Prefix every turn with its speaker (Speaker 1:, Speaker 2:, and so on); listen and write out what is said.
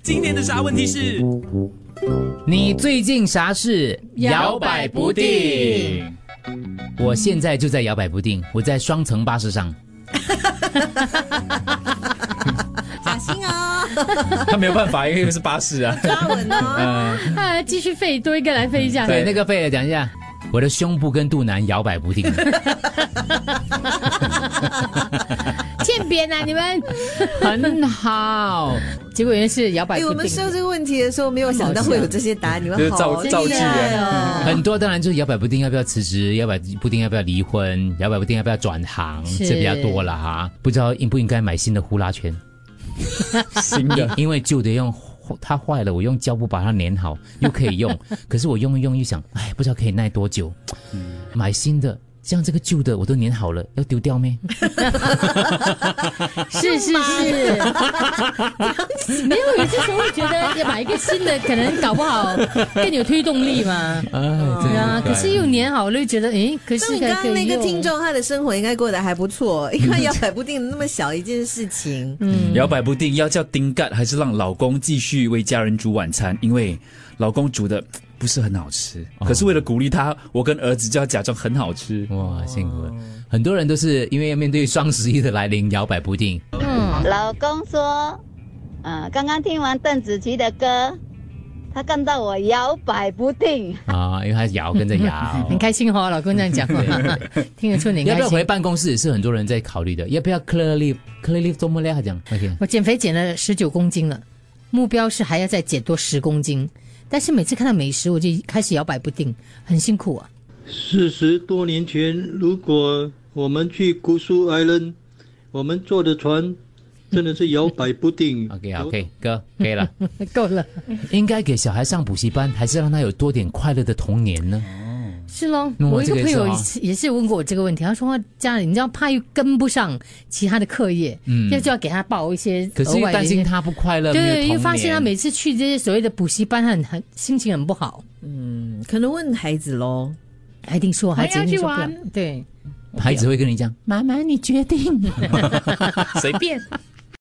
Speaker 1: 今天的啥问题是？
Speaker 2: 你最近啥事
Speaker 3: 摇摆不定？
Speaker 2: 我现在就在摇摆不定，我在双层巴士上，
Speaker 3: 小心哦，
Speaker 1: 他没有办法，因为是巴士啊。
Speaker 3: 抓稳哦。
Speaker 1: 嗯，
Speaker 4: 啊，继续废，多一个来废一下。
Speaker 2: 对那个贝尔讲一下，我的胸部跟肚腩摇摆 不定。
Speaker 4: 欠扁啊，你们很好。结果原来是摇摆
Speaker 3: 哎、
Speaker 4: 不
Speaker 3: 我们
Speaker 4: 定。
Speaker 3: 说这个问题的时候，没有想到会有这些答案，你
Speaker 1: 就是
Speaker 3: 们
Speaker 1: 造
Speaker 3: 好
Speaker 1: 造
Speaker 3: 厉
Speaker 1: 句嗯
Speaker 3: 害哦！
Speaker 2: 很多当然就是摇摆不定要不要辞职，摇摆不定要不要离婚，摇摆不定要不要转行，
Speaker 4: 是
Speaker 2: 这比较多了哈。啊不知道应不应该买新的呼啦圈，
Speaker 1: 新的
Speaker 2: 因为旧的用它坏了，我用胶布把它粘好，又可 以用。可是我用一用又想，哎，不知道可以耐多久。
Speaker 1: 嗯
Speaker 2: 买新的，像这个旧的我都粘好了，要丢掉咩？
Speaker 4: 是是是，没有，有些时候会觉得哎要买一个新的，可能搞不好更有推动力嘛。
Speaker 2: 哎，真
Speaker 4: 对啊，
Speaker 2: 怪
Speaker 4: 可是又粘好了，又觉得诶，可
Speaker 3: 那
Speaker 4: 是
Speaker 3: 你刚
Speaker 4: 可
Speaker 3: 刚
Speaker 4: 以
Speaker 3: 那个
Speaker 4: 用
Speaker 3: 听，众，他的生活应该过得还不错，
Speaker 1: 嗯
Speaker 3: 因为摇摆不定那么小一件事情，
Speaker 4: 嗯，
Speaker 1: 摇摆不定，要叫丁干还是让老公继续为家人煮晚餐？因为老公煮的不是很好吃，
Speaker 2: 哦
Speaker 1: 可是为了鼓励他，我跟儿子就要假装很好 吃。
Speaker 2: 哇，辛苦了。很多人都是因为面对双十一的来临，摇摆不定。
Speaker 4: 嗯，
Speaker 5: 老公说，啊，刚刚听完邓紫棋的歌，他看到我摇摆不定。
Speaker 2: 啊，因为他摇跟着摇，
Speaker 4: 很开心哦哈，老公这样 讲话，听得出你很
Speaker 2: 要不
Speaker 4: 开
Speaker 2: 要回
Speaker 4: 心。
Speaker 2: 办公室也是很多人在考虑的，要不要 clear leave？clear leave 周末嘞？他讲 OK，
Speaker 4: 我减肥减了十九公斤了，目标是还要再减多十公斤，但是每次看到美食我就开始摇摆不定，很辛苦啊。
Speaker 6: 四十多年前，如果我们去古苏 island，我们坐的船真的是摇摆不定。
Speaker 2: OK 好，可以哥 可以了。
Speaker 4: 够了，
Speaker 2: 应该给小孩上补习班，还是让他有多点快乐的童年呢？
Speaker 4: 是咯。
Speaker 2: 那我
Speaker 4: 我一
Speaker 2: 这
Speaker 4: 个
Speaker 2: 个也
Speaker 4: 朋
Speaker 2: 是
Speaker 4: 友
Speaker 2: 啊
Speaker 4: 也是问过我这个问题，他说他家里你知道怕又跟不上其他的课业，
Speaker 2: 嗯
Speaker 4: 要就要给他报一些
Speaker 2: 可是
Speaker 4: 额
Speaker 2: 又
Speaker 4: 外的
Speaker 2: 担
Speaker 4: 一
Speaker 2: 心
Speaker 4: 些。
Speaker 2: 他不快乐，没有
Speaker 4: 对，
Speaker 2: 童
Speaker 4: 又发现他
Speaker 2: 年
Speaker 4: 每次去这些所谓的补习班，他很很心情很不好，
Speaker 3: 嗯可能问孩子喽。
Speaker 4: 他一定说孩子
Speaker 2: 要
Speaker 4: 一定
Speaker 2: 去
Speaker 4: 说不了
Speaker 2: 玩
Speaker 4: 对，
Speaker 2: 孩子会跟你讲，
Speaker 4: 妈妈你决定。
Speaker 1: 随便，